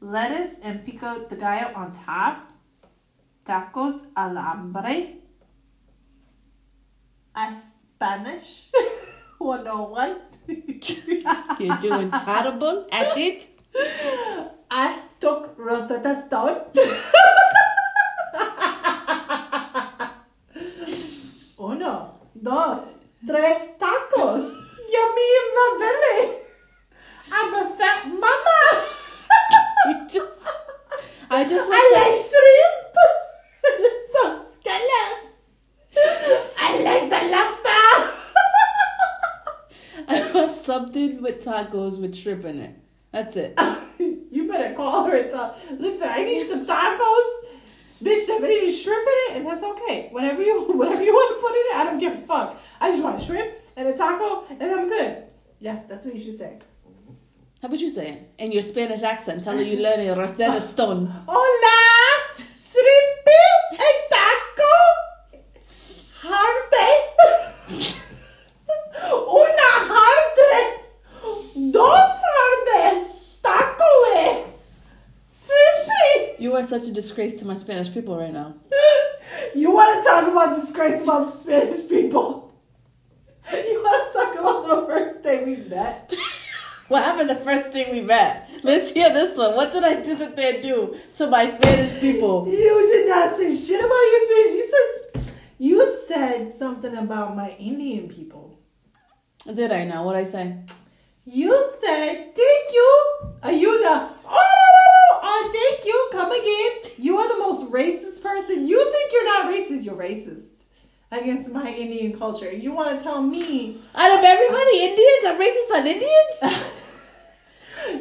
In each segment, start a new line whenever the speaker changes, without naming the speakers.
lettuce and pico de gallo on top, tacos al hambre, a Spanish 101.
You're doing horrible at it.
I took Rosetta Stone. Uno, dos, tres tacos. Yummy in my belly. I'm a fat mama.
You just, I just
I
want
like shrimp. Some scallops. I like the lobster.
some, I want something with tacos with shrimp in it. That's it.
you better call her and tell. Listen, I need some tacos. Bitch, there better be shrimp in it, and that's okay. Whatever you whatever you want to put in it, I don't give a fuck. I just want shrimp and a taco, and I'm good. Yeah, that's what you should say.
How about you say it in your Spanish accent? Tell her you learn it. Rosetta Stone.
Hola, shrimp and taco. Harte. Una harte. Dos harte. Taco. eh. Shrimpy.
You are such a disgrace to my Spanish people right now.
You want to talk about disgrace among Spanish people? You want to talk about the first day we met?
What happened the first thing we met? Let's hear this one. What did I just there do to my Spanish people?
You did not say shit about your Spanish. You said you said something about my Indian people.
Did I now? What I say?
You said thank you. Are you the oh? Oh, thank you. Come again. You are the most racist person. You think you're not racist? You're racist against my Indian culture. You want to tell me
Out of everybody, Indians are racist on Indians.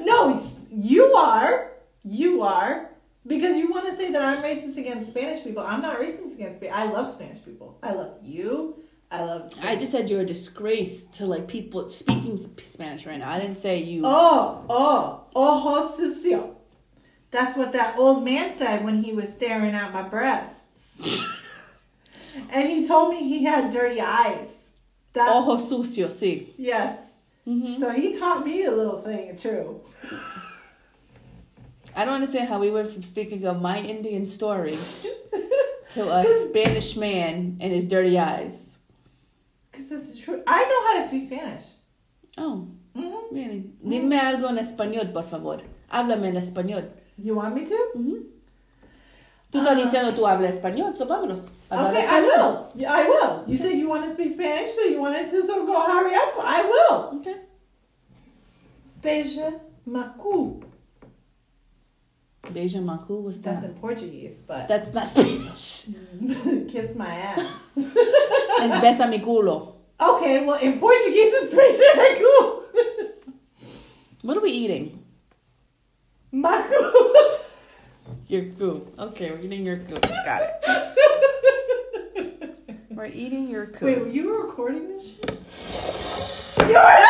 no, s- you are. You are. Because you want to say that I'm racist against Spanish people. I'm not racist against Spanish. I love Spanish people. I love you. I love Spanish.
I just said you're a disgrace to like people speaking sp- Spanish right now. I didn't say you.
Oh, oh, ojo sucio. That's what that old man said when he was staring at my breasts. and he told me he had dirty eyes. That
Ojo Mm-hmm. sucio, sí.
yes. So he taught me a little thing too.
I don't understand how we went from speaking of my Indian story to a Spanish man and his dirty eyes.
Because that's the truth. I know how to speak Spanish.
Oh,
hmm
really? Dime algo en español, por favor. Háblame en español.
You want me to?
Ujú. Tú estás diciendo tú hablas español, so vámonos. Hablar
Okay, I
español.
will. Yeah, I will. You said you want to speak Spanish, so you wanted to, so go hurry up. I will.
Okay.
Beija macu.
Beija Macu, what's
That's
that?
in Portuguese, but
That's not Spanish.
kiss my ass.
es besa mi culo.
okay, well, in Portuguese, it's beija macu.
What are we eating?
Macu.
Your goo. Okay, we're eating your goo. Got it. We're eating your
Wait,
goo.
were you recording this shit? You're